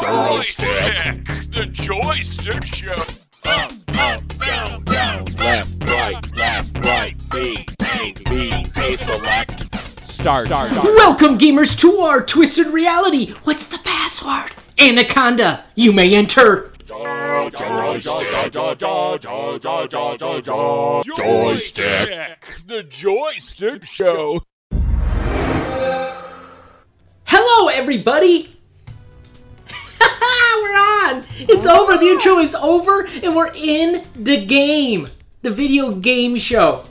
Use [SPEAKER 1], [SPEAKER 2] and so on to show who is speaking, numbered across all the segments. [SPEAKER 1] Joystick! The joystick show! Up, up, down, down, left, right, left, right, B, A, B, A, select. Start, start, start.
[SPEAKER 2] Welcome, gamers, to our twisted reality. What's the password? Anaconda. You may enter.
[SPEAKER 1] Joystick! The joystick show!
[SPEAKER 2] Hello, everybody. we're on. It's over. The intro is over, and we're in the game. The video game show.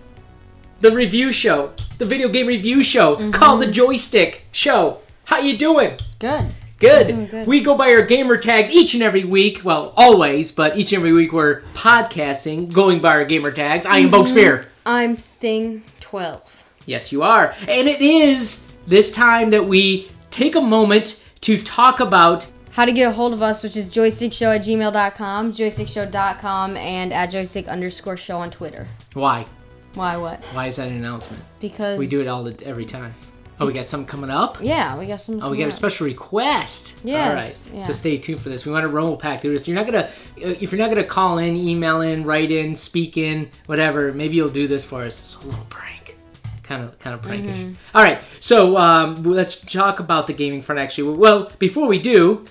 [SPEAKER 2] The review show. The video game review show called the Joystick Show. How you doing?
[SPEAKER 3] Good.
[SPEAKER 2] Good.
[SPEAKER 3] good.
[SPEAKER 2] We go by our gamer tags each and every week. Well, always, but each and every week we're podcasting, going by our gamer tags. I am Boke Spear.
[SPEAKER 3] I'm thing 12.
[SPEAKER 2] Yes, you are. And it is this time that we take a moment to talk about
[SPEAKER 3] How to get a hold of us, which is joystickshow at gmail.com, joystickshow.com, and at joystick underscore show on Twitter.
[SPEAKER 2] why.
[SPEAKER 3] Why what?
[SPEAKER 2] Why is that an announcement?
[SPEAKER 3] Because
[SPEAKER 2] We do it all the, every time. Oh, we got something coming up?
[SPEAKER 3] Yeah, we got some.
[SPEAKER 2] Oh, we got a special request. All
[SPEAKER 3] Yes,
[SPEAKER 2] right.
[SPEAKER 3] yeah.
[SPEAKER 2] So stay tuned for this. We want a Romo pack, dude. If you're not gonna, uh, if you're not gonna call in, email in, write in, speak in, whatever, maybe you'll do this for us. It's a little prank, kind of, kind of prankish.
[SPEAKER 3] Mm-hmm.
[SPEAKER 2] All right. So um, let's talk about the gaming front. Actually, well, before we do,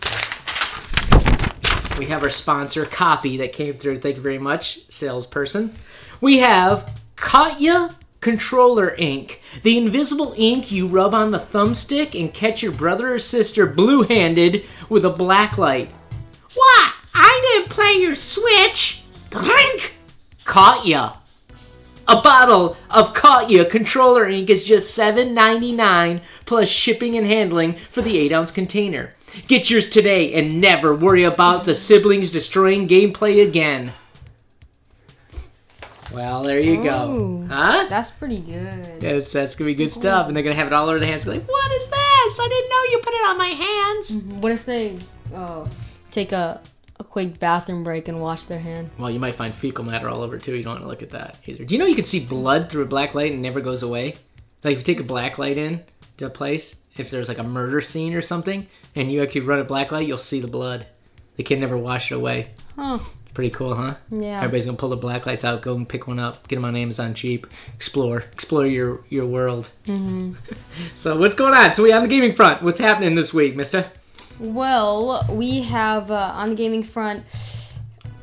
[SPEAKER 2] we have our sponsor, Copy, that came through. Thank you very much, salesperson. We have Katya Controller Ink, the invisible ink you rub on the thumbstick and catch your brother or sister blue handed with a black light. What? I didn't play your Switch! Drink! Katya. A bottle of Katya controller ink is just $7.99 plus shipping and handling for the 8 ounce container. Get yours today and never worry about the siblings destroying gameplay again. Well, there you go.
[SPEAKER 3] Ooh.
[SPEAKER 2] Huh?
[SPEAKER 3] That's pretty good.
[SPEAKER 2] That's, that's gonna be good stuff. And they're gonna have it all over the hands. Like, what is this? I didn't know you put it on my hands.
[SPEAKER 3] What if they uh, take a, a quick bathroom break and wash their hand?
[SPEAKER 2] Well, you might find fecal matter all over too. You don't want to look at that either. Do you know you can see blood through a black light and it never goes away? Like if you take a black light in to a place, if there's like a murder scene or something, and you actually run a black light, you'll see the blood. They can never wash it away.
[SPEAKER 3] Huh.
[SPEAKER 2] Pretty cool, huh?
[SPEAKER 3] Yeah.
[SPEAKER 2] Everybody's gonna pull the black lights out, go and pick one up, get them on Amazon cheap. Explore, explore your your world. Mm-hmm. so what's going on? So we on the gaming front. What's happening this week, Mister?
[SPEAKER 3] Well, we have uh, on the gaming front.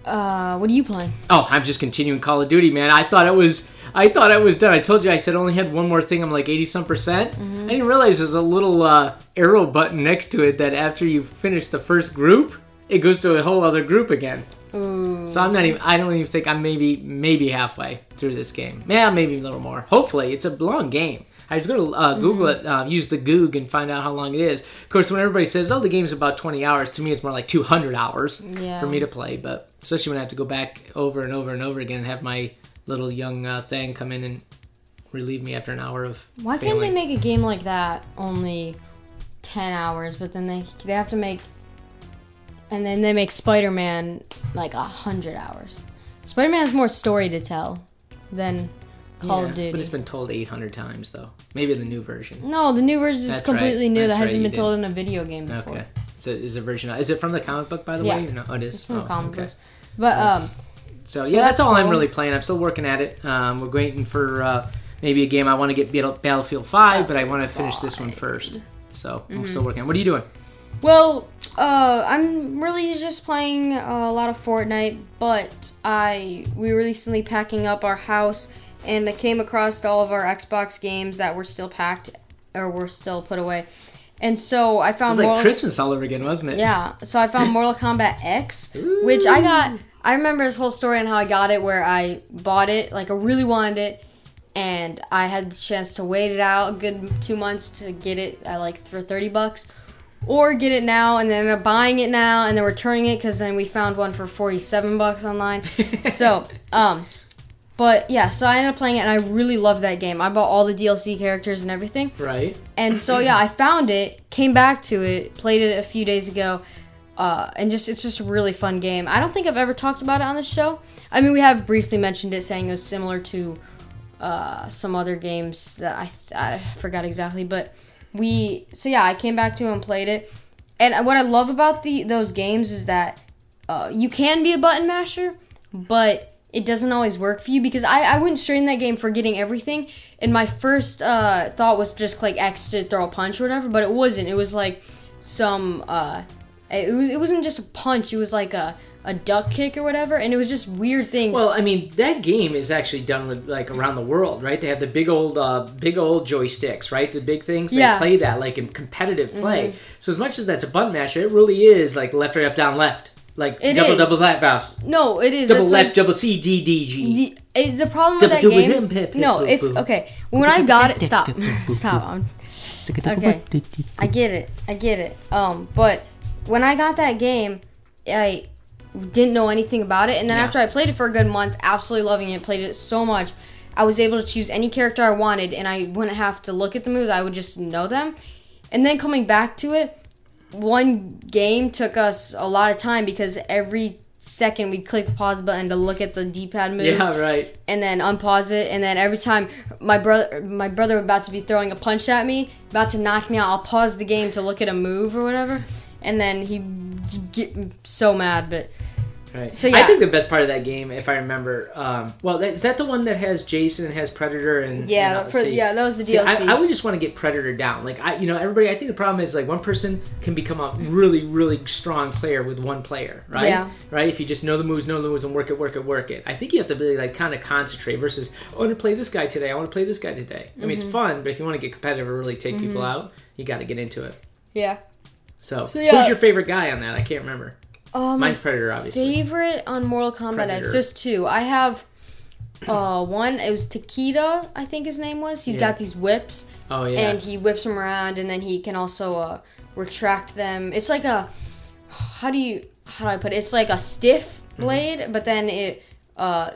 [SPEAKER 3] Uh, what are you playing?
[SPEAKER 2] Oh, I'm just continuing Call of Duty, man. I thought it was, I thought it was done. I told you, I said I only had one more thing. I'm like 80 some percent. I didn't realize there's a little uh, arrow button next to it that after you finish the first group, it goes to a whole other group again.
[SPEAKER 3] Ooh.
[SPEAKER 2] So I'm not even. I don't even think I'm maybe maybe halfway through this game. Yeah, maybe a little more. Hopefully, it's a long game. I was gonna uh, Google
[SPEAKER 3] Mm-hmm.
[SPEAKER 2] it, uh, use the Goog, and find out how long it is. Of course, when everybody says, "Oh, the game's about 20 hours," to me, it's more like 200 hours
[SPEAKER 3] Yeah.
[SPEAKER 2] for me to play. But especially when I have to go back over and over and over again and have my little young uh, thing come in and relieve me after an hour of
[SPEAKER 3] Why can't
[SPEAKER 2] failing.
[SPEAKER 3] they make a game like that only ten hours? But then they they have to make, and then they make Spider Man like a hundred hours. Spider Man has more story to tell than Call
[SPEAKER 2] Yeah,
[SPEAKER 3] of Duty.
[SPEAKER 2] But it's been told 800 times though. Maybe the new version.
[SPEAKER 3] no, the new version is
[SPEAKER 2] That's
[SPEAKER 3] completely
[SPEAKER 2] right.
[SPEAKER 3] new.
[SPEAKER 2] That's
[SPEAKER 3] that
[SPEAKER 2] right,
[SPEAKER 3] hasn't
[SPEAKER 2] you
[SPEAKER 3] been
[SPEAKER 2] did.
[SPEAKER 3] told in a video game before.
[SPEAKER 2] Okay. So is a version. Is it from the comic book, by the way?
[SPEAKER 3] Mm-hmm. Yeah.
[SPEAKER 2] Or no? Oh, it is.
[SPEAKER 3] It's from
[SPEAKER 2] Oh,
[SPEAKER 3] comic
[SPEAKER 2] okay.
[SPEAKER 3] books. But um,
[SPEAKER 2] So,
[SPEAKER 3] So
[SPEAKER 2] yeah, that's,
[SPEAKER 3] that's
[SPEAKER 2] all I'm
[SPEAKER 3] cool.
[SPEAKER 2] really playing. I'm still working at it. Um, we're waiting for uh, maybe a game. I want to get Battle- Battlefield Five, but I want to finish this one first. So I'm
[SPEAKER 3] Mm-hmm.
[SPEAKER 2] still working. on it. What are you doing?
[SPEAKER 3] Well, uh, I'm really just playing uh, a lot of Fortnite, but I we were recently packing up our house, and I came across all of our Xbox games that were still packed or were still put away, and so I
[SPEAKER 2] It
[SPEAKER 3] found
[SPEAKER 2] was like
[SPEAKER 3] Mortal-
[SPEAKER 2] Christmas all over again, wasn't it?
[SPEAKER 3] yeah, so I found Mortal Kombat X, which I got. I remember this whole story and how I got it, where I bought it, like I really wanted it, and I had the chance to wait it out a good two months to get it at like for thirty bucks, or get it now and then ended up buying it now and then returning it because then we found one for forty-seven bucks online. so, um, but yeah, so I ended up playing it and I really loved that game. I bought all the DLC characters and everything.
[SPEAKER 2] Right.
[SPEAKER 3] And so yeah, I found it, came back to it, played it a few days ago, uh, and just it's just a really fun game. I don't think I've ever talked about it on the show. I mean, we have briefly mentioned it, saying it was similar to uh, some other games that I I forgot exactly, but we so yeah, I came back to it and played it. And what I love about the those games is that uh, you can be a button masher, but it doesn't always work for you because I, I went straight in that game forgetting everything. And my first uh, thought was just click X to throw a punch or whatever, but it wasn't. It was like some uh, it, was, it wasn't just a punch. It was like a a duck kick or whatever, and it was just weird things.
[SPEAKER 2] Well, I mean, that game is actually done with like around the world, right? They have the big old, uh, big old joysticks, right? The big things. They
[SPEAKER 3] Yeah. Mm-hmm.
[SPEAKER 2] play that like in competitive play. So as much as that's a button masher, it really is like left, right, up, down, left. Like
[SPEAKER 3] It
[SPEAKER 2] double,
[SPEAKER 3] is.
[SPEAKER 2] double left, mouse,
[SPEAKER 3] no, it is
[SPEAKER 2] double
[SPEAKER 3] That's,
[SPEAKER 2] left,
[SPEAKER 3] like,
[SPEAKER 2] double C, D, D, G.
[SPEAKER 3] the, eh, the problem with that
[SPEAKER 2] Dum-dum-dum-dum,
[SPEAKER 3] game.
[SPEAKER 2] pip,
[SPEAKER 3] No,
[SPEAKER 2] pip,
[SPEAKER 3] if
[SPEAKER 2] boop, boop.
[SPEAKER 3] okay, when I got it, stop, stop. I'm- Okay, I get it, I get it. Um, but when I got that game, I didn't know anything about it, and then
[SPEAKER 2] Yeah.
[SPEAKER 3] after I played it for a good month, absolutely loving it, played it so much. I was able to choose any character I wanted, and I wouldn't have to look at the moves. I would just know them. And then coming back to it, one game took us a lot of time because every second we'd click the pause button to look at the D-pad move
[SPEAKER 2] Yeah, right.
[SPEAKER 3] and then unpause it and then every time my brother my brother about to be throwing a punch at me about to knock me out i'll pause the game to look at a move or whatever and then he get so mad but
[SPEAKER 2] Right.
[SPEAKER 3] So,
[SPEAKER 2] I
[SPEAKER 3] yeah.
[SPEAKER 2] think the best part of that game, if I remember, um, well, that, is that the one that has Jason, has Predator, and and,
[SPEAKER 3] yeah
[SPEAKER 2] uh,
[SPEAKER 3] for,
[SPEAKER 2] see-
[SPEAKER 3] yeah that was the
[SPEAKER 2] See,
[SPEAKER 3] DLC.
[SPEAKER 2] I, I would just want to get Predator down. Like I, you know, everybody. I think the problem is like one person can become a really, really strong player with one player, right?
[SPEAKER 3] Yeah.
[SPEAKER 2] Right. If you just know the moves, know the moves, and work it, work it, work it. I think you have to really like kind of concentrate. Versus, I want to play this guy today. I want to play this guy today. I
[SPEAKER 3] Mm-hmm.
[SPEAKER 2] mean, it's fun, but if you want to get competitive or really take people out, you got to get into it.
[SPEAKER 3] yeah
[SPEAKER 2] So,
[SPEAKER 3] So, yeah.
[SPEAKER 2] who's your favorite guy on that? I can't remember.
[SPEAKER 3] um
[SPEAKER 2] Mine's Predator, obviously.
[SPEAKER 3] favorite on mortal kombat
[SPEAKER 2] Predator.
[SPEAKER 3] x there's two i have uh one it was takeda i think his name was He's
[SPEAKER 2] Yeah.
[SPEAKER 3] got these whips
[SPEAKER 2] Oh yeah.
[SPEAKER 3] and he whips them around and then he can also uh, retract them it's like a how do you how do i put it it's like a stiff
[SPEAKER 2] Mm-hmm.
[SPEAKER 3] blade but then it uh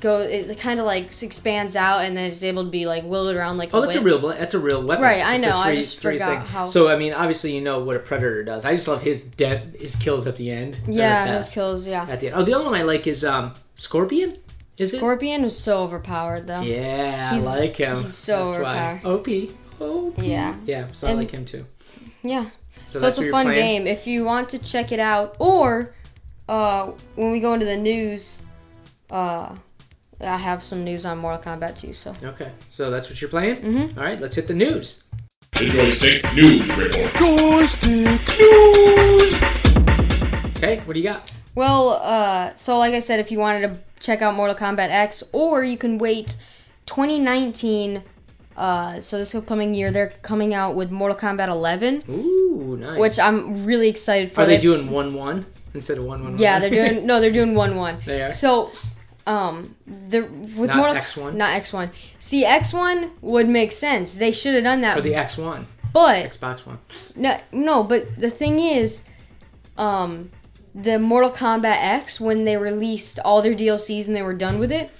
[SPEAKER 3] go it kind of like expands out and then it's able to be like wielded around like
[SPEAKER 2] Oh, that's a
[SPEAKER 3] whip.
[SPEAKER 2] real bla- that's a real weapon.
[SPEAKER 3] Right, I
[SPEAKER 2] It's the
[SPEAKER 3] know, I just forgot how-
[SPEAKER 2] So I mean, obviously you know what a predator does. I just love his de- his kills at the end. They're the
[SPEAKER 3] yeah
[SPEAKER 2] best.
[SPEAKER 3] those kills yeah
[SPEAKER 2] at the end. Oh, the other one I like is um scorpion. Is it?
[SPEAKER 3] scorpion was so overpowered though
[SPEAKER 2] Yeah,
[SPEAKER 3] He's-
[SPEAKER 2] I like him.
[SPEAKER 3] he's so
[SPEAKER 2] that's why. Op. Op.
[SPEAKER 3] Yeah.
[SPEAKER 2] Yeah, so I
[SPEAKER 3] And-
[SPEAKER 2] like him too.
[SPEAKER 3] yeah. So,
[SPEAKER 2] that's what
[SPEAKER 3] it's a
[SPEAKER 2] you're
[SPEAKER 3] fun
[SPEAKER 2] playing?
[SPEAKER 3] game if you want to check it out. Or uh, when we go into the news, uh, I have some news on Mortal Kombat too. So
[SPEAKER 2] Okay, so that's what you're playing. Mm-hmm. All right, let's hit the news.
[SPEAKER 1] The Joystick News Report.
[SPEAKER 4] Joystick News.
[SPEAKER 2] Okay, what do you got?
[SPEAKER 3] well, uh, so like I said, if you wanted to check out Mortal Kombat X, or you can wait 2019. Uh, so this upcoming year, they're coming out with Mortal Kombat 11,
[SPEAKER 2] Ooh, nice.
[SPEAKER 3] which I'm really excited for.
[SPEAKER 2] are they
[SPEAKER 3] They-
[SPEAKER 2] doing one one instead of one one?
[SPEAKER 3] Yeah, they're doing no, they're doing one one.
[SPEAKER 2] They are?
[SPEAKER 3] So, um, the with
[SPEAKER 2] Not
[SPEAKER 3] Mortal
[SPEAKER 2] X1?
[SPEAKER 3] not X one. See, X one would make sense. They should have done that.
[SPEAKER 2] Or the X one,
[SPEAKER 3] but
[SPEAKER 2] Xbox One.
[SPEAKER 3] no, no. But the thing is, um, the Mortal Kombat X when they released all their DLCs and they were done with it,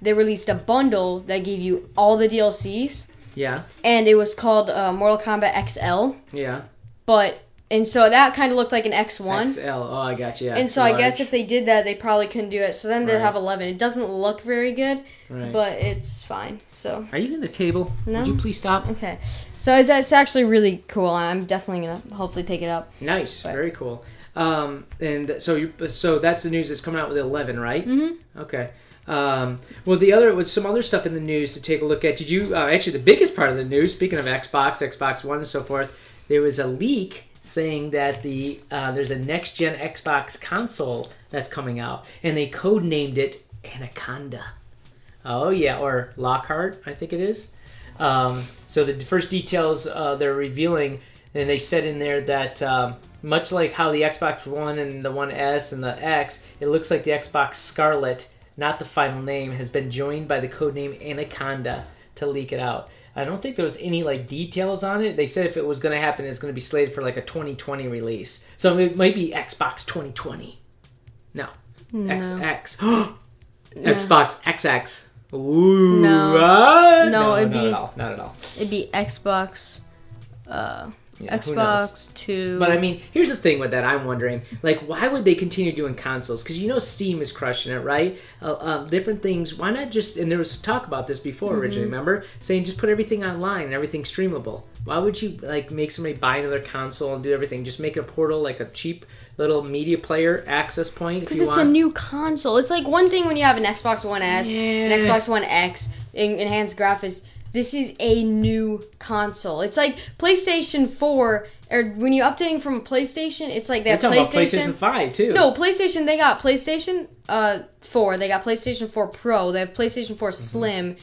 [SPEAKER 3] they released a bundle that gave you all the DLCs,
[SPEAKER 2] Yeah,
[SPEAKER 3] and it was called uh, Mortal Kombat XL.
[SPEAKER 2] yeah.
[SPEAKER 3] But and so that kind of looked like an X one.
[SPEAKER 2] XL. Oh, I got you. Yeah,
[SPEAKER 3] And
[SPEAKER 2] it's
[SPEAKER 3] so I guess
[SPEAKER 2] large.
[SPEAKER 3] if they did that, they probably couldn't do it. So then they
[SPEAKER 2] Right.
[SPEAKER 3] have 11. It doesn't look very good,
[SPEAKER 2] Right.
[SPEAKER 3] but it's fine. So
[SPEAKER 2] Are you in the table?
[SPEAKER 3] No.
[SPEAKER 2] Would you please stop?
[SPEAKER 3] okay, so it's, it's actually really cool. I'm definitely gonna hopefully pick it up.
[SPEAKER 2] Nice, very cool. Um, and so you, so that's the news that's coming out with eleven, right? Mm-hmm. Okay. Um, well, the other with some other stuff in the news to take a look at. Did you uh, actually the biggest part of the news? Speaking of Xbox, Xbox One, and so forth, there was a leak saying that the uh, there's a next gen Xbox console that's coming out, and they codenamed it Anaconda. Oh yeah, or Lockhart, I think it is. Um, so the first details uh, they're revealing, and they said in there that um, much like how the Xbox One and the One S and the X, it looks like the Xbox Scarlet, not the final name, has been joined by the codename Anaconda to leak it out. I don't think there was any like details on it. They said if it was going to happen, it's going to be slated for like a 2020 release. So it might be Xbox 2020. No, XX. Xbox XX. Ooh, ah.
[SPEAKER 3] No.
[SPEAKER 2] what?
[SPEAKER 3] No, it'd
[SPEAKER 2] not
[SPEAKER 3] be-
[SPEAKER 2] at all. Not at all.
[SPEAKER 3] It'd be Xbox, uh,
[SPEAKER 2] Yeah, who knows?
[SPEAKER 3] Xbox Two.
[SPEAKER 2] But I mean, here's the thing with that. I'm wondering, like, why would they continue doing consoles? Because you know, Steam is crushing it, right? Uh, um, different things.
[SPEAKER 3] Mm-hmm.
[SPEAKER 2] Why not just? And there was talk about this before originally. Remember saying just put everything online and everything streamable. Why would you like make somebody buy another console and do everything? Just make a portal like a cheap little media player access point. if
[SPEAKER 3] Because
[SPEAKER 2] you
[SPEAKER 3] it's
[SPEAKER 2] want.
[SPEAKER 3] a new console. It's like one thing when you have an Xbox One S,
[SPEAKER 2] Yeah.
[SPEAKER 3] an Xbox One X, en- enhanced graphics. This is a new console. It's like PlayStation 4, or when you're updating from PlayStation, it's like they
[SPEAKER 2] You're
[SPEAKER 3] have
[SPEAKER 2] talking about
[SPEAKER 3] PlayStation.
[SPEAKER 2] PlayStation Five too.
[SPEAKER 3] No, PlayStation. They got PlayStation uh four. They got PlayStation four Pro. They have PlayStation 4 Slim,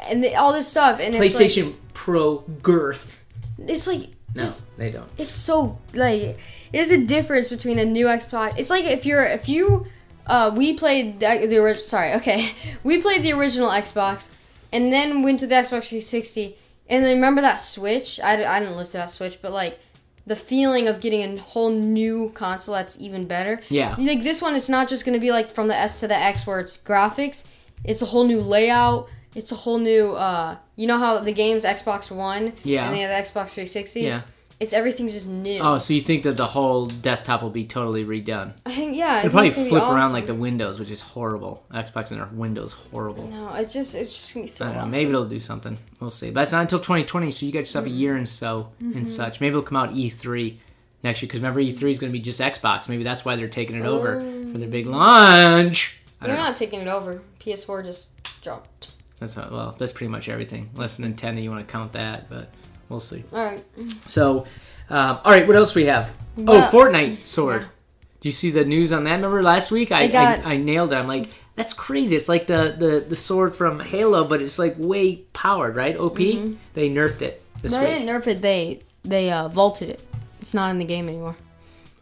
[SPEAKER 3] and they, all this stuff. And it's
[SPEAKER 2] Mm-hmm. PlayStation Pro girth.
[SPEAKER 3] Like, it's like
[SPEAKER 2] No,
[SPEAKER 3] just
[SPEAKER 2] they don't.
[SPEAKER 3] it's so like there's a difference between a new Xbox. It's like if you're if you uh we played the, the original. Sorry, okay, we played the original Xbox, and then went to the Xbox 360. And then remember that Switch? I, d- I didn't live to that Switch, but like the feeling of getting a whole new console that's even better.
[SPEAKER 2] Yeah.
[SPEAKER 3] Like this one, it's not just gonna be like from the S to the X where it's graphics. It's a whole new layout. It's a whole new. uh You know how the games Xbox One.
[SPEAKER 2] Yeah.
[SPEAKER 3] And they have the Xbox 360.
[SPEAKER 2] Yeah.
[SPEAKER 3] It's everything's just new.
[SPEAKER 2] Oh, so you think that the whole desktop will be totally redone?
[SPEAKER 3] I think yeah.
[SPEAKER 2] It'll probably flip around like the Windows, which is horrible. Xbox and their Windows horrible.
[SPEAKER 3] No, it's just it's just gonna be so.
[SPEAKER 2] I don't know.
[SPEAKER 3] awesome.
[SPEAKER 2] Maybe it'll do something. We'll see. But that's not until 2020, so you got yourself a
[SPEAKER 3] Mm-hmm.
[SPEAKER 2] year and so and such. Maybe it'll come out E3 next year because remember E3 is going to be just Xbox. Maybe that's why they're taking it over for their
[SPEAKER 3] Oh.
[SPEAKER 2] big launch. I
[SPEAKER 3] They're
[SPEAKER 2] don't know.
[SPEAKER 3] not taking it over. PS4 just dropped.
[SPEAKER 2] That's not, well. That's pretty much everything. Unless Nintendo, you want to count that, but we'll see.
[SPEAKER 3] All right.
[SPEAKER 2] So, um, all right, what else we have?
[SPEAKER 3] Well-
[SPEAKER 2] oh, Fortnite sword. Do you see the news on that? Remember last week, I,
[SPEAKER 3] They got-
[SPEAKER 2] I I nailed it. I'm like, that's crazy. It's like the the the sword from Halo, but it's like way powered, right? OP.
[SPEAKER 3] Mm-hmm.
[SPEAKER 2] They nerfed it this
[SPEAKER 3] No,
[SPEAKER 2] week.
[SPEAKER 3] they didn't nerf it. They they uh, vaulted it. It's not in the game anymore.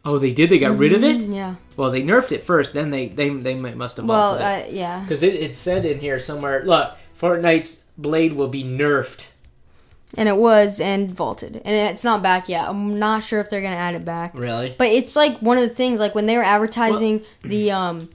[SPEAKER 2] Oh, they did. They got rid of it.
[SPEAKER 3] Yeah.
[SPEAKER 2] Well, they nerfed it first. Then they they they mu- must have
[SPEAKER 3] Well,
[SPEAKER 2] vaulted
[SPEAKER 3] uh, yeah.
[SPEAKER 2] because it. it said in here somewhere. Look, Fortnite's blade will be nerfed.
[SPEAKER 3] And it was and vaulted, and it's not back yet. I'm not sure if they're gonna add it back.
[SPEAKER 2] Really?
[SPEAKER 3] But it's like one of the things, like when they were advertising the um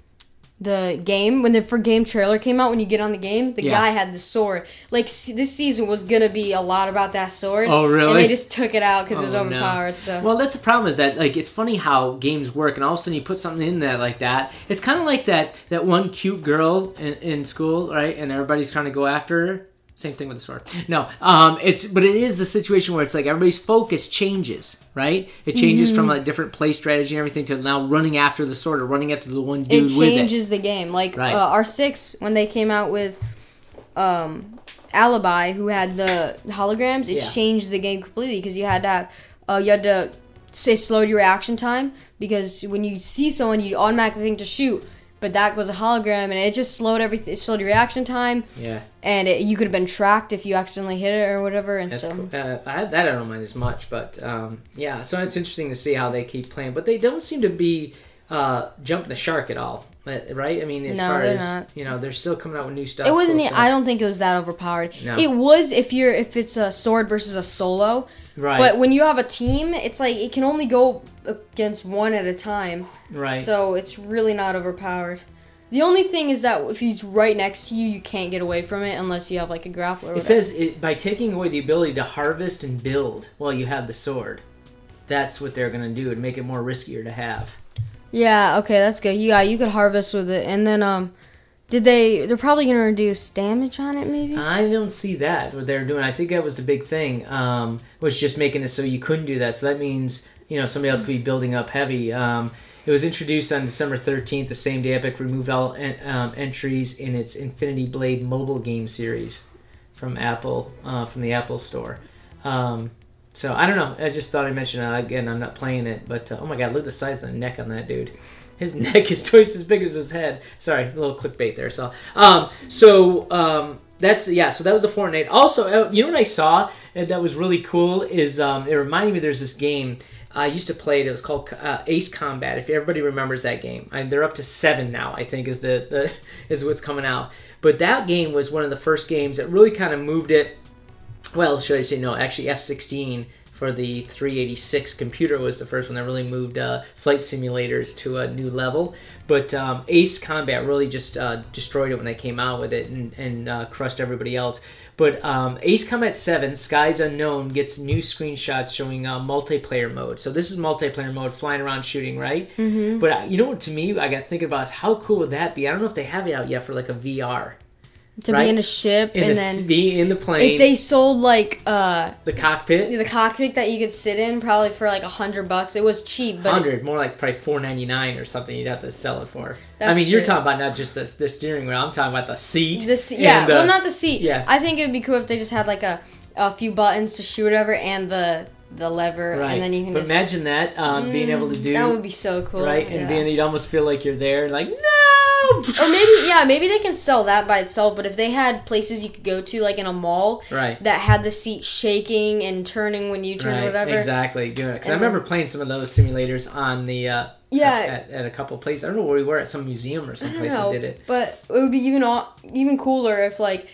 [SPEAKER 3] the game when the for game trailer came out. When you get on the game, the
[SPEAKER 2] Yeah.
[SPEAKER 3] guy had the sword. Like s this season was gonna be a lot about that sword.
[SPEAKER 2] Oh, really?
[SPEAKER 3] And they just took it out because it was
[SPEAKER 2] Oh, no.
[SPEAKER 3] overpowered. So
[SPEAKER 2] Well, that's the problem is that like it's funny how games work, and all of a sudden you put something in there like that. It's kind of like that that one cute girl in, in school, right? And everybody's trying to go after her. Same thing with the sword. No, um, it's but it is the situation where it's like everybody's focus changes, right? It changes
[SPEAKER 3] Mm-hmm.
[SPEAKER 2] from a different play strategy and everything to now running after the sword or running after the one
[SPEAKER 3] it
[SPEAKER 2] dude with it.
[SPEAKER 3] changes the game. Like
[SPEAKER 2] Right.
[SPEAKER 3] uh, R six when they came out with um Alibi, who had the holograms, it
[SPEAKER 2] Yeah.
[SPEAKER 3] changed the game completely because you had to have uh, you had to say slowed your reaction time because when you see someone, you automatically think to shoot. But that was a hologram, and it just slowed everything. It slowed your reaction time,
[SPEAKER 2] Yeah.
[SPEAKER 3] and it, you could have been tracked if you accidentally hit it or whatever. And
[SPEAKER 2] That's
[SPEAKER 3] so,
[SPEAKER 2] cool. uh, I, that I don't mind as much, but um, yeah. So it's interesting to see how they keep playing, but they don't seem to be uh, jumping the shark at all, uh, right? I mean, as
[SPEAKER 3] No,
[SPEAKER 2] far
[SPEAKER 3] they're
[SPEAKER 2] as
[SPEAKER 3] not.
[SPEAKER 2] you know, they're still coming out with new stuff.
[SPEAKER 3] it wasn't.
[SPEAKER 2] cool
[SPEAKER 3] The, I
[SPEAKER 2] stuff.
[SPEAKER 3] don't think it was that overpowered.
[SPEAKER 2] No.
[SPEAKER 3] It was if you're if it's a sword versus a solo.
[SPEAKER 2] right,
[SPEAKER 3] But when you have a team, it's like it can only go against one at a time.
[SPEAKER 2] right.
[SPEAKER 3] So it's really not overpowered. The only thing is that if he's right next to you, you can't get away from it unless you have like a grappler.
[SPEAKER 2] it
[SPEAKER 3] Or whatever.
[SPEAKER 2] says it, by taking away the ability to harvest and build while you have the sword. That's what they're gonna do and make it more riskier to have.
[SPEAKER 3] yeah, okay, that's good. Yeah, you could harvest with it, and then um, did they? They're probably gonna reduce damage on it, maybe.
[SPEAKER 2] I don't see that what they're doing. I think that was the big thing, um, was just making it so you couldn't do that. So that means you know somebody else could be building up heavy. Um, it was introduced on December thirteenth, the same day Epic removed all en- um, entries in its Infinity Blade mobile game series from Apple uh, from the Apple Store. Um, so I don't know. I just thought I mentioned that again. I'm not playing it, but uh, oh my god, look at the size of the neck on that dude. His neck is twice as big as his head. Sorry, a little clickbait there. So, um, so um, that's yeah. So that was the Fortnite. Also, uh, you know what I saw uh, that was really cool is um, it reminded me there's this game I used to play it. It was called uh, Ace Combat. If everybody remembers that game, I, they're up to seven now. I think is the, the is what's coming out. But that game was one of the first games that really kind of moved it well, should I say no? Actually, F sixteen for the 386 computer was the first one that really moved uh, flight simulators to a new level. But um, Ace Combat really just uh, destroyed it when they came out with it and, and uh, crushed everybody else. But um, Ace Combat 7, Skies Unknown, gets new screenshots showing uh, multiplayer mode. So this is multiplayer mode, flying around shooting, right? Mm-hmm. But uh, you know what, to me, I got thinking about is how cool would that be? I don't know if they have it out yet for like a VR
[SPEAKER 3] to
[SPEAKER 2] Right.
[SPEAKER 3] be in a ship,
[SPEAKER 2] in
[SPEAKER 3] and
[SPEAKER 2] the
[SPEAKER 3] then
[SPEAKER 2] be in the plane,
[SPEAKER 3] if they sold like uh
[SPEAKER 2] the cockpit,
[SPEAKER 3] the cockpit that you could sit in, probably for like a hundred bucks. It was cheap, but
[SPEAKER 2] hundred more like probably four ninety nine or something. You'd have to sell it for. I
[SPEAKER 3] That's
[SPEAKER 2] mean, you're
[SPEAKER 3] true.
[SPEAKER 2] talking about not just the, the steering wheel. I'm talking about the seat.
[SPEAKER 3] The se-
[SPEAKER 2] and
[SPEAKER 3] yeah,
[SPEAKER 2] the-
[SPEAKER 3] well, not the seat.
[SPEAKER 2] yeah.
[SPEAKER 3] I think it would be cool if they just had like a, a few buttons to shoot over and the the lever,
[SPEAKER 2] right.
[SPEAKER 3] and then you can
[SPEAKER 2] but
[SPEAKER 3] just. Mm,
[SPEAKER 2] imagine that um, being able to do
[SPEAKER 3] that would be so cool,
[SPEAKER 2] right, and
[SPEAKER 3] yeah. Oh,
[SPEAKER 2] being you'd almost feel like you're there, and like no.
[SPEAKER 3] Or maybe yeah, maybe they can sell that by itself. But if they had places you could go to, like in a mall,
[SPEAKER 2] Right.
[SPEAKER 3] that had the seat shaking and turning when you turn or
[SPEAKER 2] Right,
[SPEAKER 3] whatever.
[SPEAKER 2] exactly. Doing it because I
[SPEAKER 3] And then-
[SPEAKER 2] remember playing some of those simulators on the uh,
[SPEAKER 3] Yeah.
[SPEAKER 2] at, at a couple places. I don't know where we were at some museum or
[SPEAKER 3] I don't
[SPEAKER 2] someplace that
[SPEAKER 3] know,
[SPEAKER 2] did it.
[SPEAKER 3] but it would be even aw- even cooler if like.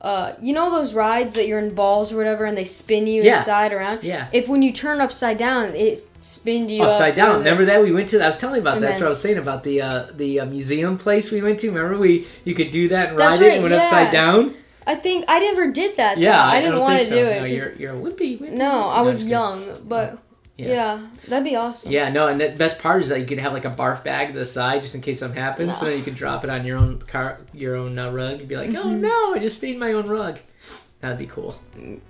[SPEAKER 3] Uh, you know those rides that you're in balls or whatever, and they spin you
[SPEAKER 2] Yeah.
[SPEAKER 3] inside around.
[SPEAKER 2] Yeah.
[SPEAKER 3] If when you turn upside down, it spins you
[SPEAKER 2] Upside
[SPEAKER 3] up
[SPEAKER 2] down.
[SPEAKER 3] and then-
[SPEAKER 2] Remember that we went to? I was telling you about
[SPEAKER 3] And
[SPEAKER 2] that. That's what
[SPEAKER 3] then-
[SPEAKER 2] I was saying about the uh, the uh, museum place we went to. Remember we you could do that and ride
[SPEAKER 3] That's
[SPEAKER 2] it and
[SPEAKER 3] right,
[SPEAKER 2] went upside
[SPEAKER 3] yeah.
[SPEAKER 2] down.
[SPEAKER 3] I think I never did that. though.
[SPEAKER 2] Yeah,
[SPEAKER 3] I, didn't
[SPEAKER 2] don't
[SPEAKER 3] want to
[SPEAKER 2] think
[SPEAKER 3] do
[SPEAKER 2] so.
[SPEAKER 3] it.
[SPEAKER 2] No,
[SPEAKER 3] 'cause-
[SPEAKER 2] you're you're a wimpy. wimpy,
[SPEAKER 3] no,
[SPEAKER 2] wimpy.
[SPEAKER 3] I was
[SPEAKER 2] just kidding.
[SPEAKER 3] young, but
[SPEAKER 2] Yeah.
[SPEAKER 3] yeah. that'd be awesome.
[SPEAKER 2] Yeah, no, and the best part is that you could have like a barf bag to the side just in case something happens, so
[SPEAKER 3] No.
[SPEAKER 2] then you can drop it on your own car, your own uh, rug. You'd be like,
[SPEAKER 3] Mm-hmm.
[SPEAKER 2] oh no, I just stained my own rug. That'd be cool.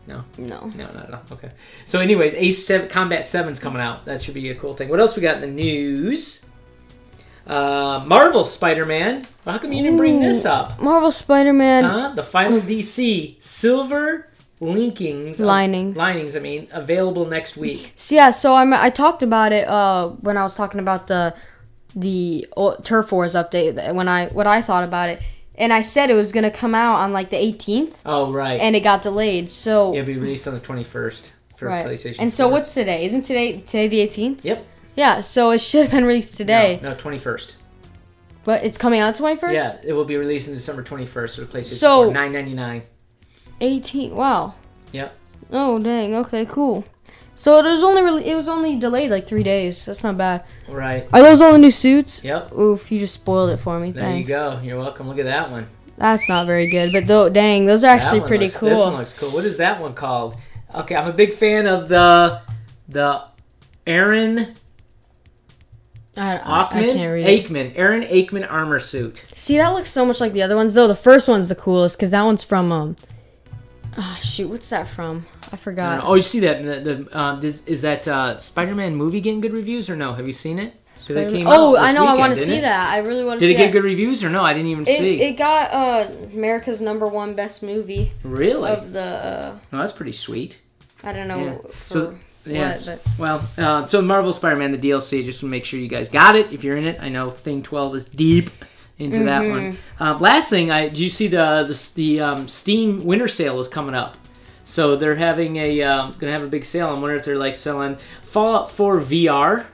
[SPEAKER 2] No,
[SPEAKER 3] No,
[SPEAKER 2] no, not at all. Okay. So, anyways, Ace Seven, Combat 7's coming out. That should be a cool thing. What else we got in the news? Uh, Marvel Spider-Man. Well, how come you didn't bring this up?
[SPEAKER 3] Marvel Spider-Man.
[SPEAKER 2] Huh? The final DC silver linkings
[SPEAKER 3] Linings.
[SPEAKER 2] linings. I mean, available next week.
[SPEAKER 3] So, yeah, so I'm, I talked about it uh, when I was talking about the the o- Turf Wars update. that- When I what I thought about it, and I said it was gonna come out on like the 18th,
[SPEAKER 2] Oh right.
[SPEAKER 3] and it got delayed. So
[SPEAKER 2] It'll be released on the 21st for PlayStation.
[SPEAKER 3] And so
[SPEAKER 2] 4.
[SPEAKER 3] what's today? Isn't today today the 18th?
[SPEAKER 2] Yep.
[SPEAKER 3] Yeah. So it should have been released today,
[SPEAKER 2] No, no, 21st.
[SPEAKER 3] but it's coming out 21st.
[SPEAKER 2] Yeah, it will be released on December 21st for PlayStation
[SPEAKER 3] So-
[SPEAKER 2] 4. 9.99.
[SPEAKER 3] 18. Wow.
[SPEAKER 2] Yep.
[SPEAKER 3] Oh dang! Okay, cool. So it was only really, it was only delayed like three days. That's not bad.
[SPEAKER 2] Right.
[SPEAKER 3] Are those all the new suits?
[SPEAKER 2] Yep.
[SPEAKER 3] Oof! You just spoiled it for me.
[SPEAKER 2] There
[SPEAKER 3] Thanks.
[SPEAKER 2] you go. You're welcome. Look at that one.
[SPEAKER 3] That's not very good. But though, dang, those are
[SPEAKER 2] That
[SPEAKER 3] actually
[SPEAKER 2] one
[SPEAKER 3] pretty
[SPEAKER 2] looks-
[SPEAKER 3] cool.
[SPEAKER 2] This one looks cool. What is that one called? Okay, I'm a big fan of the the Aaron
[SPEAKER 3] I, I, I
[SPEAKER 2] Ackman
[SPEAKER 3] can't read it.
[SPEAKER 2] Aikman Aaron Aikman armor suit.
[SPEAKER 3] See, that looks so much like the other ones though. The first one's the coolest because that one's from um. Ah shoot, what's that from? I forgot.
[SPEAKER 2] Oh, you see that? in The, the um, is, is that uh, Spider-Man movie getting good reviews or no? Have you seen it? 'Cause it came out
[SPEAKER 3] oh, I
[SPEAKER 2] this
[SPEAKER 3] know. I
[SPEAKER 2] weekend,
[SPEAKER 3] want to
[SPEAKER 2] didn't
[SPEAKER 3] see
[SPEAKER 2] it?
[SPEAKER 3] that. I really want to
[SPEAKER 2] Did
[SPEAKER 3] see
[SPEAKER 2] it get
[SPEAKER 3] that.
[SPEAKER 2] good reviews or no? I didn't even see.
[SPEAKER 3] It, it got uh America's number one best movie
[SPEAKER 2] really?
[SPEAKER 3] of the uh,
[SPEAKER 2] No, that's pretty sweet.
[SPEAKER 3] I don't
[SPEAKER 2] Yeah.
[SPEAKER 3] know. For,
[SPEAKER 2] So yeah.
[SPEAKER 3] what, but-
[SPEAKER 2] Well, uh, so Marvel Spider-Man the DLC. Just to make sure you guys got it if you're in it. I know Thing Twelve is deep into that one. Um, last thing, I do you see the the, the um, Steam Winter Sale is coming up. So they're having a um, gonna have a big sale. I wonder if they're like selling Fallout 4 VR.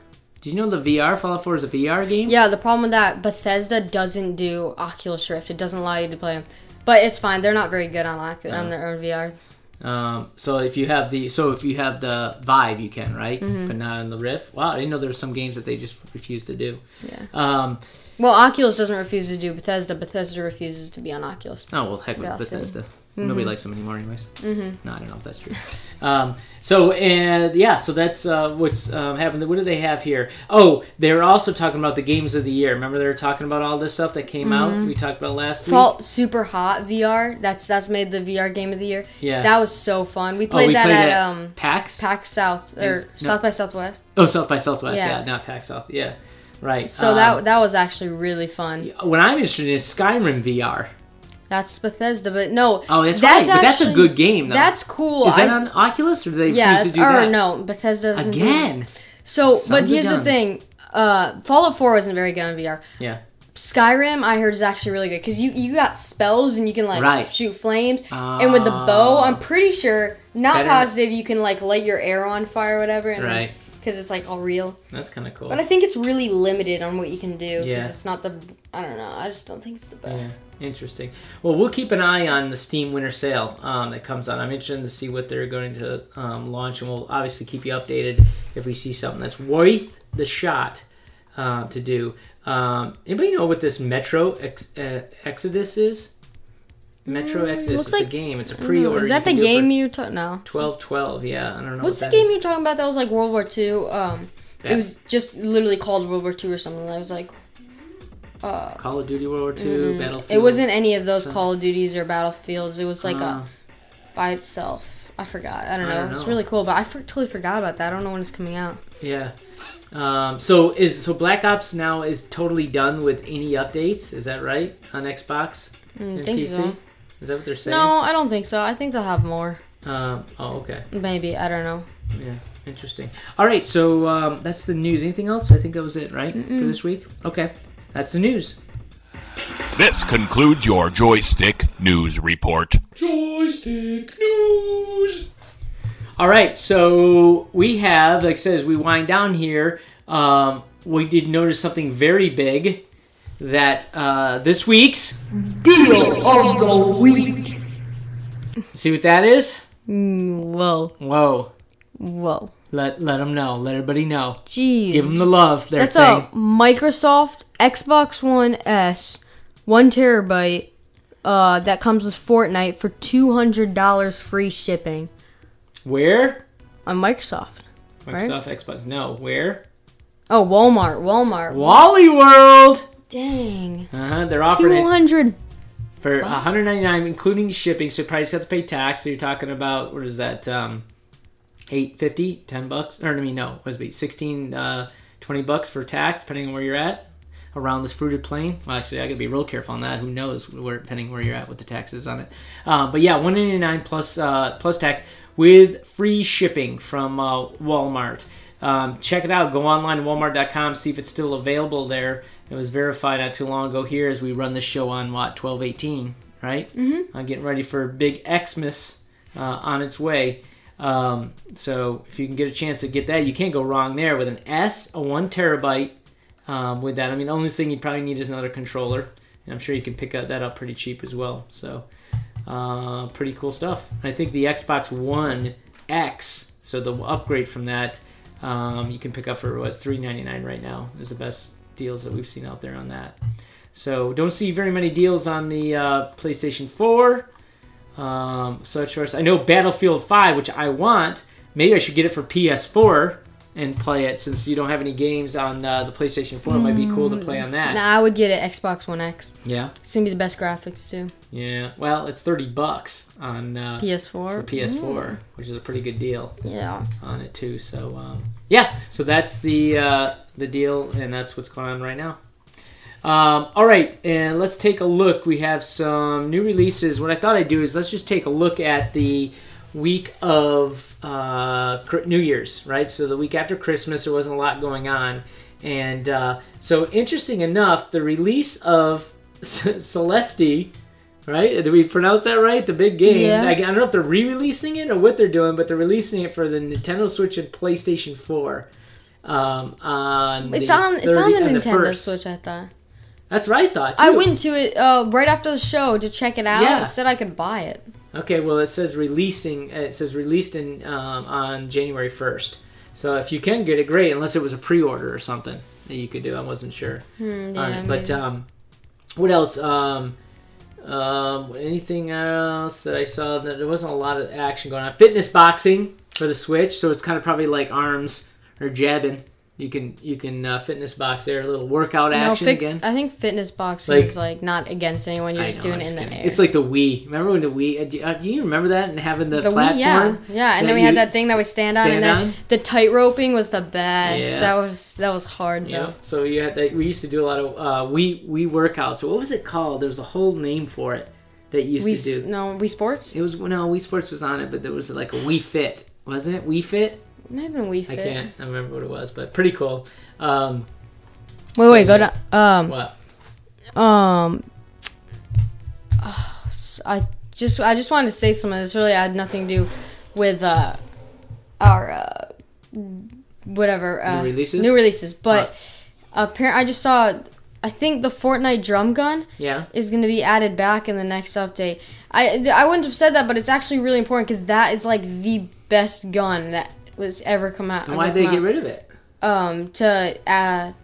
[SPEAKER 2] Do you know the VR Fallout 4 is a VR game?
[SPEAKER 3] Yeah, the problem with that Bethesda doesn't do Oculus Rift. It doesn't allow you to play them. But it's fine. They're not very good on Ocu- on their own VR.
[SPEAKER 2] Um, so if you have the so if you have the Vive, you can right, but not on the Rift. Wow, I didn't know there were some games that they just refuse to do.
[SPEAKER 3] Yeah.
[SPEAKER 2] Um,
[SPEAKER 3] Well, Oculus doesn't refuse to do Bethesda. Bethesda refuses to be on Oculus.
[SPEAKER 2] Oh well, heck with
[SPEAKER 3] Gossip.
[SPEAKER 2] Bethesda.
[SPEAKER 3] Mm-hmm.
[SPEAKER 2] Nobody likes them anymore, anyways. No, I don't know if that's true. um, so and yeah, so that's uh, what's um, happening. What do they have here? Oh, they're also talking about the games of the year. Remember, they were talking about all this stuff that came out. We talked about last week.
[SPEAKER 3] Mm-hmm. Fault Super Hot VR. That's that's made the VR game of the year.
[SPEAKER 2] Yeah.
[SPEAKER 3] That was so fun. We
[SPEAKER 2] Oh,
[SPEAKER 3] played
[SPEAKER 2] we
[SPEAKER 3] that
[SPEAKER 2] played
[SPEAKER 3] at
[SPEAKER 2] at
[SPEAKER 3] um
[SPEAKER 2] PAX.
[SPEAKER 3] PAC South or
[SPEAKER 2] Is- no.
[SPEAKER 3] South by Southwest.
[SPEAKER 2] oh, South by Southwest. Yeah,
[SPEAKER 3] Yeah.
[SPEAKER 2] not PAX South. Yeah, right.
[SPEAKER 3] So
[SPEAKER 2] Um,
[SPEAKER 3] that that was actually really fun.
[SPEAKER 2] what I'm interested in is Skyrim VR.
[SPEAKER 3] That's Bethesda, but no.
[SPEAKER 2] Oh, that's, right. but that's a
[SPEAKER 3] actually-
[SPEAKER 2] good game. Though.
[SPEAKER 3] That's cool.
[SPEAKER 2] is that
[SPEAKER 3] I-
[SPEAKER 2] on Oculus or do they
[SPEAKER 3] yeah,
[SPEAKER 2] refuse
[SPEAKER 3] it's,
[SPEAKER 2] to do
[SPEAKER 3] or
[SPEAKER 2] that
[SPEAKER 3] no, Bethesda doesn't do it.
[SPEAKER 2] again?
[SPEAKER 3] So, but
[SPEAKER 2] of
[SPEAKER 3] here's the
[SPEAKER 2] guns.
[SPEAKER 3] thing: uh, Fallout 4 wasn't very good on VR.
[SPEAKER 2] Yeah.
[SPEAKER 3] Skyrim, I heard, is actually really good because you you got spells and you can like
[SPEAKER 2] Right.
[SPEAKER 3] shoot flames, and with the bow,
[SPEAKER 2] Ah.
[SPEAKER 3] I'm pretty sure, not
[SPEAKER 2] Better-
[SPEAKER 3] positive, you can like light your arrow on fire or whatever, and
[SPEAKER 2] Right.
[SPEAKER 3] Because it's like all real,
[SPEAKER 2] That's kind of cool.
[SPEAKER 3] but I think it's really limited on what you can do. Because
[SPEAKER 2] Yeah.
[SPEAKER 3] it's not the I don't know. I just don't think it's the best.
[SPEAKER 2] Yeah, interesting. Well, we'll keep an eye on the Steam Winter Sale um, that comes out. I'm interested to see what they're going to um, launch, and we'll obviously keep you updated if we see something that's worth the shot uh, to do. Um, anybody know what this Metro ex- uh, Exodus is? Metro Exodus
[SPEAKER 3] Mm, looks
[SPEAKER 2] is a
[SPEAKER 3] like-
[SPEAKER 2] game. It's a
[SPEAKER 3] I don't know,
[SPEAKER 2] pre-order.
[SPEAKER 3] Is that the game you talk? No.
[SPEAKER 2] Twelve twelve. Yeah, I don't know.
[SPEAKER 3] What's the
[SPEAKER 2] what that
[SPEAKER 3] game
[SPEAKER 2] is.
[SPEAKER 3] you're talking about that was like World War Two? Um,
[SPEAKER 2] That-
[SPEAKER 3] it was just literally called World War Two or something. I was like, uh,
[SPEAKER 2] Call of Duty World War Two, Battlefield.
[SPEAKER 3] Mm-hmm. it wasn't any of those Call of Duties or Battlefields. It was like
[SPEAKER 2] Uh,
[SPEAKER 3] a by itself. I forgot. I don't
[SPEAKER 2] I
[SPEAKER 3] know.
[SPEAKER 2] don't
[SPEAKER 3] It's
[SPEAKER 2] know.
[SPEAKER 3] really cool, but I for- totally forgot about that. I don't know when it's coming out.
[SPEAKER 2] yeah. Um, so is so Black Ops now is totally done with any updates? Is that right on Xbox and
[SPEAKER 3] think
[SPEAKER 2] PC?
[SPEAKER 3] so.
[SPEAKER 2] Is that what they're saying?
[SPEAKER 3] No, I don't think so. I think they'll have more.
[SPEAKER 2] Um, oh, okay.
[SPEAKER 3] Maybe I don't know.
[SPEAKER 2] Yeah, interesting. All right, so um, that's the news. Anything else? I think that was it, right, for this week. Okay, that's the news.
[SPEAKER 1] This concludes your joystick news report.
[SPEAKER 4] Joystick News.
[SPEAKER 2] All right, so we have, like I said, as we wind down here, um, we did notice something very big that uh, this week's deal of the week. See what that is?
[SPEAKER 3] Mm, Whoa,
[SPEAKER 2] Whoa!
[SPEAKER 3] whoa,
[SPEAKER 2] Let let them know. Let everybody know.
[SPEAKER 3] jeez.
[SPEAKER 2] Give them the love. Their
[SPEAKER 3] That's
[SPEAKER 2] thing.
[SPEAKER 3] a Microsoft Xbox One S, one terabyte. Uh, that comes with Fortnite for two hundred dollars free shipping
[SPEAKER 2] Where?
[SPEAKER 3] on Microsoft. Right?
[SPEAKER 2] Microsoft Xbox. No, where?
[SPEAKER 3] Oh, Walmart, Walmart.
[SPEAKER 2] Wally World.
[SPEAKER 3] Dang,
[SPEAKER 2] Uh huh. They're
[SPEAKER 3] two
[SPEAKER 2] offering it
[SPEAKER 3] hundred.
[SPEAKER 2] for 199 including shipping. So you probably just have to pay tax. So you're talking about what is that? Um, 850, 10 bucks, or I mean, no, was it 16, uh, 20 bucks for tax, depending on where you're at around this fruited plain. Well, actually, I gotta be real careful on that. Who knows where, depending where you're at with the taxes on it. Uh, but yeah, 199 plus uh, plus tax with free shipping from uh, Walmart. Um, check it out. Go online to walmart.com. See if it's still available there. It was verified not too long ago here as we run the show on what 1218, right? Mm-hmm. I'm getting ready for big Xmas uh, on its way. Um, so if you can get a chance to get that, you can't go wrong there with an S, a one terabyte, um, with that. I mean, the only thing you probably need is another controller, and I'm sure you can pick up that up pretty cheap as well. So, uh, pretty cool stuff. And I think the Xbox One X, so the upgrade from that, um, you can pick up for what's three ninety nine right now. Is the best deals that we've seen out there on that. So don't see very many deals on the uh, PlayStation Four. Um, such as I know Battlefield Five, which I want. Maybe I should get it for PS4 and play it since you don't have any games on uh, the PlayStation 4. It might be cool to play on that.
[SPEAKER 3] Nah, I would get it Xbox One X.
[SPEAKER 2] Yeah,
[SPEAKER 3] It's gonna be the best graphics too.
[SPEAKER 2] yeah. Well, it's thirty bucks on uh,
[SPEAKER 3] PS4.
[SPEAKER 2] PS4, which is a pretty good deal.
[SPEAKER 3] Yeah.
[SPEAKER 2] on it too. So um, yeah, so that's the uh, the deal, and that's what's going on right now. Um, all right, and let's take a look. We have some new releases. What I thought I'd do is let's just take a look at the week of uh, Cr- New Year's, right? So the week after Christmas, there wasn't a lot going on, and uh, so interesting enough, the release of Celeste. Right? Did we pronounce that right? The big game.
[SPEAKER 3] Yeah.
[SPEAKER 2] I, I don't know if they're re-releasing it or what they're doing, but they're releasing it for the Nintendo Switch and PlayStation 4. Um, on
[SPEAKER 3] It's
[SPEAKER 2] the
[SPEAKER 3] on. It's
[SPEAKER 2] 30
[SPEAKER 3] on the
[SPEAKER 2] and
[SPEAKER 3] Nintendo
[SPEAKER 2] 1st.
[SPEAKER 3] Switch. I thought.
[SPEAKER 2] That's right, I thought.
[SPEAKER 3] I
[SPEAKER 2] too.
[SPEAKER 3] went to it uh, right after the show to check it out.
[SPEAKER 2] Yeah.
[SPEAKER 3] It said I could buy it.
[SPEAKER 2] Okay, well, it says releasing. uh, It says released in um, on January first. So if you can get it, great. Unless it was a pre-order or something that you could do. I wasn't sure. on
[SPEAKER 3] Hmm, yeah,
[SPEAKER 2] it. But um, what else? Um, um, anything else that I saw? That there wasn't a lot of action going on. Fitness boxing for the Switch. So it's kind of probably like arms or jabbing. You can you can uh, fitness box there. A little workout action
[SPEAKER 3] fix,
[SPEAKER 2] again.
[SPEAKER 3] I think fitness boxing
[SPEAKER 2] Like-
[SPEAKER 3] is like not against anyone. You're
[SPEAKER 2] I
[SPEAKER 3] just
[SPEAKER 2] know,
[SPEAKER 3] doing
[SPEAKER 2] I'm
[SPEAKER 3] it in the
[SPEAKER 2] kidding.
[SPEAKER 3] air.
[SPEAKER 2] It's like the Wii. Remember when the Wii? uh, Do you, uh, do you remember that and having the,
[SPEAKER 3] the
[SPEAKER 2] platform?
[SPEAKER 3] Wii, yeah, yeah. And
[SPEAKER 2] that
[SPEAKER 3] then we
[SPEAKER 2] you
[SPEAKER 3] had that thing that we stand, on,
[SPEAKER 2] stand
[SPEAKER 3] and then
[SPEAKER 2] on?
[SPEAKER 3] the tight roping was the best.
[SPEAKER 2] Yeah.
[SPEAKER 3] That was that was hard though.
[SPEAKER 2] Yeah. So you had that. We used to do a lot of uh, Wii Wii workouts. So what was it called? There was a whole name for it that you used
[SPEAKER 3] We
[SPEAKER 2] to
[SPEAKER 3] s-
[SPEAKER 2] do.
[SPEAKER 3] no, we sports.
[SPEAKER 2] It was no Wii Sports was on it, but there was like a Wii Fit, wasn't it? Wii Fit.
[SPEAKER 3] Maybe we fit.
[SPEAKER 2] I can't I remember what it was, but pretty cool. Um,
[SPEAKER 3] Wait, wait, go down.
[SPEAKER 2] what?
[SPEAKER 3] Um, um. ah, s- I just I just wanted to say something. This really had nothing to do with uh our uh whatever uh,
[SPEAKER 2] releases?
[SPEAKER 3] New releases, but apparently I just saw. I think the Fortnite drum gun
[SPEAKER 2] Yeah.
[SPEAKER 3] is going to be added back in the next update. I th- I wouldn't have said that, but it's actually really important because that is like the best gun that was ever come out.
[SPEAKER 2] And why would they get rid of it?
[SPEAKER 3] Um, to add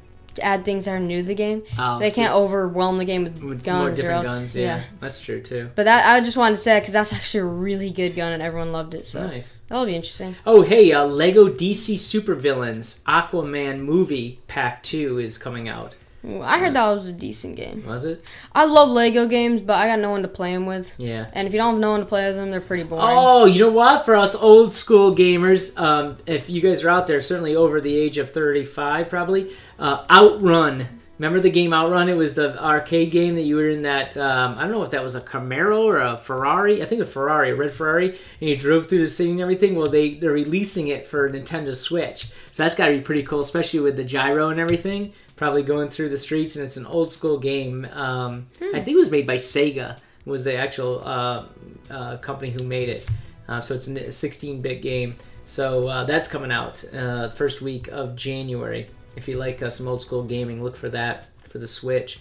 [SPEAKER 3] add things that are new to the game.
[SPEAKER 2] Oh,
[SPEAKER 3] they
[SPEAKER 2] so-
[SPEAKER 3] can't overwhelm the game with,
[SPEAKER 2] With more
[SPEAKER 3] guns or
[SPEAKER 2] different
[SPEAKER 3] else.
[SPEAKER 2] guns.
[SPEAKER 3] yeah.
[SPEAKER 2] Yeah. that's true too.
[SPEAKER 3] But that I just wanted to say that because that's actually a really good gun and everyone loved it. So
[SPEAKER 2] Nice.
[SPEAKER 3] that'll be interesting.
[SPEAKER 2] Oh, hey, uh, Lego DC Supervillains Aquaman movie pack 2 is coming out.
[SPEAKER 3] I heard that was a decent game.
[SPEAKER 2] Was it?
[SPEAKER 3] I love Lego games, but I got no one to play them with.
[SPEAKER 2] Yeah.
[SPEAKER 3] And if you don't have no one to play with them, they're pretty boring.
[SPEAKER 2] Oh, you know what? For us old school gamers, um, if you guys are out there, certainly over the age of 35, probably, uh, Outrun. Remember the game Outrun? It was the arcade game that you were in that, um, I don't know if that was a Camaro or a Ferrari. I think a Ferrari, a red Ferrari, and you drove through the city and everything. Well, they, they're releasing it for Nintendo Switch. So that's got to be pretty cool, especially with the gyro and everything. Probably going through the streets, and it's an old school game. Um, I think it was made by Sega was the actual uh, uh, company who made it. Uh, so it's a 16-bit game. So uh, that's coming out uh, first week of January. If you like uh, some old school gaming, look for that for the Switch.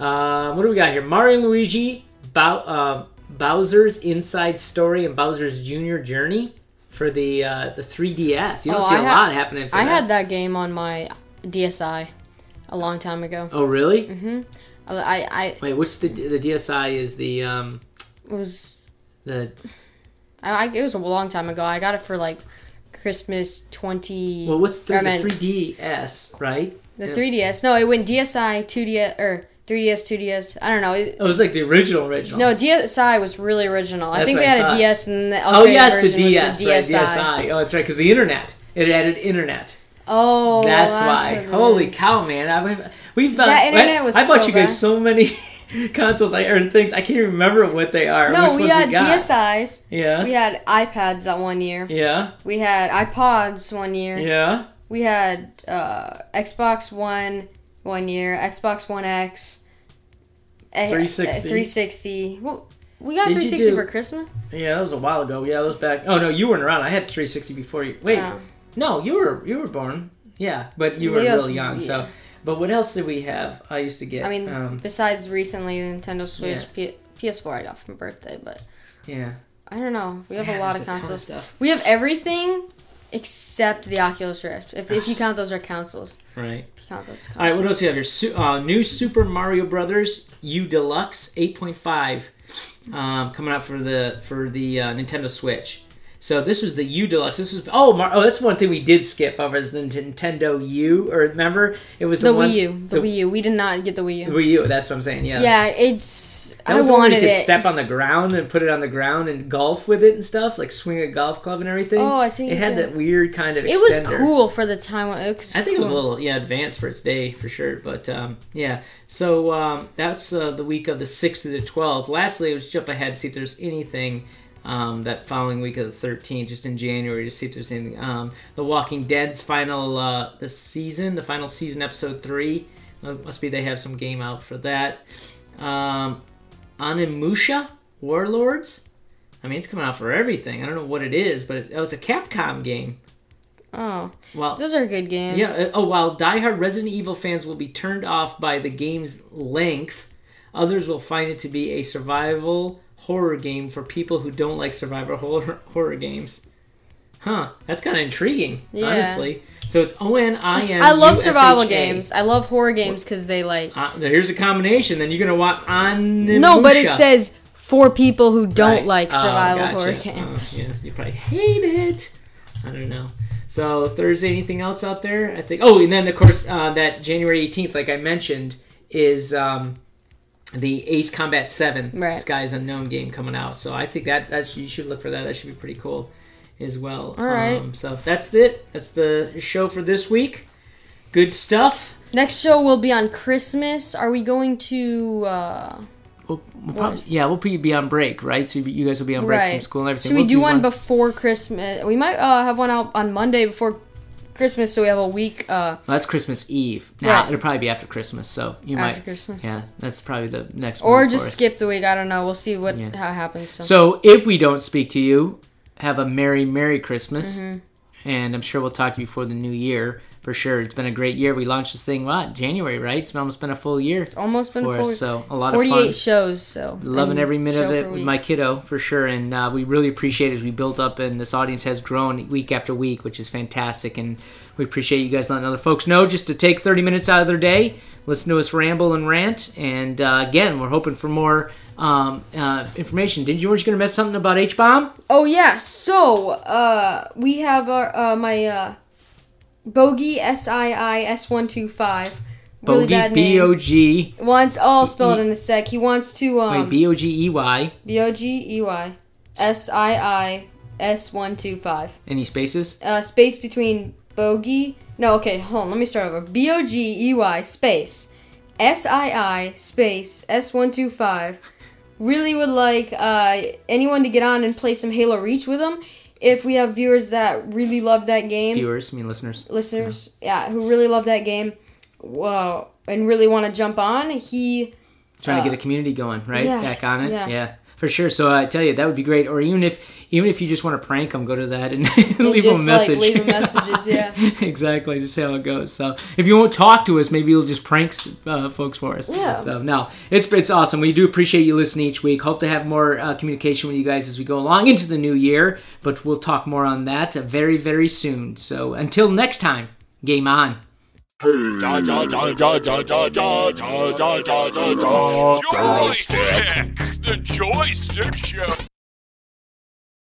[SPEAKER 2] Uh, what do we got here? Mario and Luigi, Bow- uh, Bowser's Inside Story, and Bowser's Junior Journey for the uh, the 3DS. You don't
[SPEAKER 3] Oh,
[SPEAKER 2] see a
[SPEAKER 3] I had-
[SPEAKER 2] lot happening. For
[SPEAKER 3] I
[SPEAKER 2] that.
[SPEAKER 3] had that game on my DSi a long time ago.
[SPEAKER 2] Oh really?
[SPEAKER 3] Mm-hmm. I, I, I it
[SPEAKER 2] Wait, which the the DSi is the um
[SPEAKER 3] was
[SPEAKER 2] the
[SPEAKER 3] I, I- it was a long time ago. I got it for like Christmas 20.
[SPEAKER 2] well what's the,
[SPEAKER 3] I
[SPEAKER 2] the
[SPEAKER 3] meant
[SPEAKER 2] 3DS right?
[SPEAKER 3] the
[SPEAKER 2] yeah.
[SPEAKER 3] 3DS. No, it went DSi, 2DS, or 3DS, 2DS. I don't know. It-
[SPEAKER 2] It was like the original original.
[SPEAKER 3] no, DSi was really original. I
[SPEAKER 2] That's
[SPEAKER 3] think
[SPEAKER 2] what
[SPEAKER 3] they
[SPEAKER 2] I
[SPEAKER 3] had
[SPEAKER 2] thought.
[SPEAKER 3] a DS and the
[SPEAKER 2] Oh
[SPEAKER 3] upgraded
[SPEAKER 2] yes, the
[SPEAKER 3] version
[SPEAKER 2] DS,
[SPEAKER 3] was the
[SPEAKER 2] right?
[SPEAKER 3] DSi.
[SPEAKER 2] DSi. Oh, that's right, because the internet. It added internet.
[SPEAKER 3] Oh,
[SPEAKER 2] that's
[SPEAKER 3] what
[SPEAKER 2] why.
[SPEAKER 3] it
[SPEAKER 2] Holy
[SPEAKER 3] was.
[SPEAKER 2] cow, man! I, we've bought.
[SPEAKER 3] That internet was
[SPEAKER 2] I bought
[SPEAKER 3] so
[SPEAKER 2] you guys
[SPEAKER 3] bad.
[SPEAKER 2] so many consoles. I earned things. I can't even remember what they are.
[SPEAKER 3] No,
[SPEAKER 2] which
[SPEAKER 3] we
[SPEAKER 2] ones
[SPEAKER 3] had
[SPEAKER 2] we got.
[SPEAKER 3] DSIs.
[SPEAKER 2] Yeah.
[SPEAKER 3] We had iPads that one year.
[SPEAKER 2] yeah.
[SPEAKER 3] We had iPods one year.
[SPEAKER 2] Yeah.
[SPEAKER 3] We had uh, Xbox One one year, Xbox One X, eh,
[SPEAKER 2] 360.
[SPEAKER 3] eh, 360. Well, we got
[SPEAKER 2] Did you
[SPEAKER 3] 360
[SPEAKER 2] do-
[SPEAKER 3] for Christmas.
[SPEAKER 2] Yeah. That was a while ago. Yeah, that was back. Oh no, you weren't around. I had the 360 before you. Wait.
[SPEAKER 3] Oh.
[SPEAKER 2] No, you were you were born. Yeah, but you were
[SPEAKER 3] Maybe I was-
[SPEAKER 2] really young. So,
[SPEAKER 3] yeah.
[SPEAKER 2] but what else did we have? I used to get.
[SPEAKER 3] I mean,
[SPEAKER 2] um,
[SPEAKER 3] besides recently Nintendo Switch,
[SPEAKER 2] Yeah.
[SPEAKER 3] P- PS4 I got for my birthday, but
[SPEAKER 2] yeah.
[SPEAKER 3] I don't know. We have
[SPEAKER 2] Man,
[SPEAKER 3] a lot
[SPEAKER 2] there's
[SPEAKER 3] of
[SPEAKER 2] ton
[SPEAKER 3] consoles.
[SPEAKER 2] stuff.
[SPEAKER 3] We have everything except the Oculus Rift. If, if you count those are consoles,
[SPEAKER 2] Right.
[SPEAKER 3] If you count those. Consoles.
[SPEAKER 2] All right, what else do you have here? Su- uh, new Super Mario Brothers U Deluxe 8.5 um, coming out for the for the uh, Nintendo Switch. So this was the U Deluxe. This is oh, Mar- oh, that's one thing we did skip over is the Nintendo U. Or remember, it was the,
[SPEAKER 3] the
[SPEAKER 2] one,
[SPEAKER 3] Wii U. The, Wii U. We did not get the Wii U.
[SPEAKER 2] Wii U. That's what I'm saying. Yeah,
[SPEAKER 3] yeah, it's.
[SPEAKER 2] That
[SPEAKER 3] I
[SPEAKER 2] was the one where
[SPEAKER 3] wanted
[SPEAKER 2] you could
[SPEAKER 3] it.
[SPEAKER 2] step on the ground and put it on the ground and golf with it and stuff, like swing a golf club and everything.
[SPEAKER 3] Oh, I think
[SPEAKER 2] it
[SPEAKER 3] it
[SPEAKER 2] had
[SPEAKER 3] did.
[SPEAKER 2] that weird kind of.
[SPEAKER 3] it was
[SPEAKER 2] extender.
[SPEAKER 3] cool for the time. It was
[SPEAKER 2] I think it was a
[SPEAKER 3] cool.
[SPEAKER 2] little yeah advanced for its day for sure, but um, yeah. So um, that's uh, the week of the sixth to the twelfth. Lastly, let's jump ahead and see if there's anything um, that following week of the thirteenth, just in January, to see if there's anything. Um, the Walking Dead's final uh, the season, the final season, episode three. Uh, must be they have some game out for that. Um, Animusha Warlords. I mean, it's coming out for everything. I don't know what it is, but it, oh, it's a Capcom game.
[SPEAKER 3] Oh,
[SPEAKER 2] Well,
[SPEAKER 3] those are good games.
[SPEAKER 2] yeah. uh, Oh, while diehard Resident Evil fans will be turned off by the game's length, others will find it to be a survival horror game for people who don't like survival horror, horror games. Huh? That's kind of intriguing,
[SPEAKER 3] Yeah.
[SPEAKER 2] honestly. So it's O N I N.
[SPEAKER 3] I love survival games. I love horror games because they like.
[SPEAKER 2] Uh, here's a combination. Then you're gonna want Animusha.
[SPEAKER 3] No, but it says for people who
[SPEAKER 2] Right.
[SPEAKER 3] don't like
[SPEAKER 2] Oh,
[SPEAKER 3] survival
[SPEAKER 2] gotcha.
[SPEAKER 3] horror games.
[SPEAKER 2] Oh, yeah, you probably hate it. I don't know. So Thursday, anything else out there? I think. Oh, and then of course uh, that January eighteenth, like I mentioned, is um, the Ace Combat Seven
[SPEAKER 3] Right.
[SPEAKER 2] Skies Unknown game coming out. So I think that that you should look for that. That should be pretty cool as well.
[SPEAKER 3] All right.
[SPEAKER 2] Um, so that's it. That's the show for this week. Good stuff.
[SPEAKER 3] Next show will be on Christmas. Are we going to? uh
[SPEAKER 2] We'll, probably, yeah, we'll probably be on break, right? So you guys will be on break from
[SPEAKER 3] Right.
[SPEAKER 2] school and everything.
[SPEAKER 3] Should we do one before Christmas? We might uh, have one out on Monday before Christmas, so we have a week. Uh,
[SPEAKER 2] Well, that's Christmas Eve. Nah,
[SPEAKER 3] Right.
[SPEAKER 2] it'll probably be after Christmas, so you
[SPEAKER 3] After
[SPEAKER 2] might.
[SPEAKER 3] Christmas.
[SPEAKER 2] Yeah, that's probably the next.
[SPEAKER 3] or
[SPEAKER 2] move for
[SPEAKER 3] just
[SPEAKER 2] us.
[SPEAKER 3] skip the week. I don't know. We'll see what
[SPEAKER 2] Yeah.
[SPEAKER 3] how it happens. So.
[SPEAKER 2] So if we don't speak to you, have a merry, merry Christmas,
[SPEAKER 3] Mm-hmm.
[SPEAKER 2] and I'm sure we'll talk to you before the new year for sure. It's been a great year. We launched this thing what January, right? It's almost been a full year
[SPEAKER 3] Almost been
[SPEAKER 2] for
[SPEAKER 3] four,
[SPEAKER 2] us, so a lot of
[SPEAKER 3] 48
[SPEAKER 2] fun.
[SPEAKER 3] shows. So
[SPEAKER 2] Loving
[SPEAKER 3] and
[SPEAKER 2] every minute of
[SPEAKER 3] show
[SPEAKER 2] it
[SPEAKER 3] per
[SPEAKER 2] with
[SPEAKER 3] week.
[SPEAKER 2] my kiddo for sure, and uh, we really appreciate it as we built up and this audience has grown week after week, which is fantastic. And we appreciate you guys letting other folks know just to take 30 minutes out of their day, listen to us ramble and rant. And uh, again, we're hoping for more um, uh, information. Did you were going to miss something about H bomb?
[SPEAKER 3] Oh yeah, so uh, we have our uh, my uh, Bogey S I I S one two five really
[SPEAKER 2] Bogey,
[SPEAKER 3] bad
[SPEAKER 2] B O
[SPEAKER 3] name.
[SPEAKER 2] G. E
[SPEAKER 3] Wants. Oh, I'll spell it in a sec. He wants to.
[SPEAKER 2] Wait,
[SPEAKER 3] Um,
[SPEAKER 2] B O G E Y.
[SPEAKER 3] B O G E Y S I I S one two five.
[SPEAKER 2] Any spaces?
[SPEAKER 3] Uh, space between bogey. No, okay, hold on. Let me start over. B O G E Y space S I I space S one two five. Really would like uh, anyone to get on and play some Halo Reach with them. If we have viewers that really love that game,
[SPEAKER 2] Viewers, I mean listeners.
[SPEAKER 3] listeners, yeah, who really love that game, whoa, and really want to jump on, he
[SPEAKER 2] Trying
[SPEAKER 3] Uh,
[SPEAKER 2] to get a community going, right?
[SPEAKER 3] yes,
[SPEAKER 2] Back on it.
[SPEAKER 3] yeah.
[SPEAKER 2] For sure. So I tell you, that would be great. Or even if even if you just want to prank them, go to that and leave them a
[SPEAKER 3] just, like,
[SPEAKER 2] message.
[SPEAKER 3] leave 'em messages, yeah.
[SPEAKER 2] exactly. Just see how it goes. So if you won't talk to us, maybe you'll just prank uh, folks for us.
[SPEAKER 3] Yeah.
[SPEAKER 2] So no, it's it's awesome. We do appreciate you listening each week. Hope to have more uh, communication with you guys as we go along into the new year. But we'll talk more on that uh, very very soon. So until next time, game on.
[SPEAKER 1] Joystick. The Joystick Show.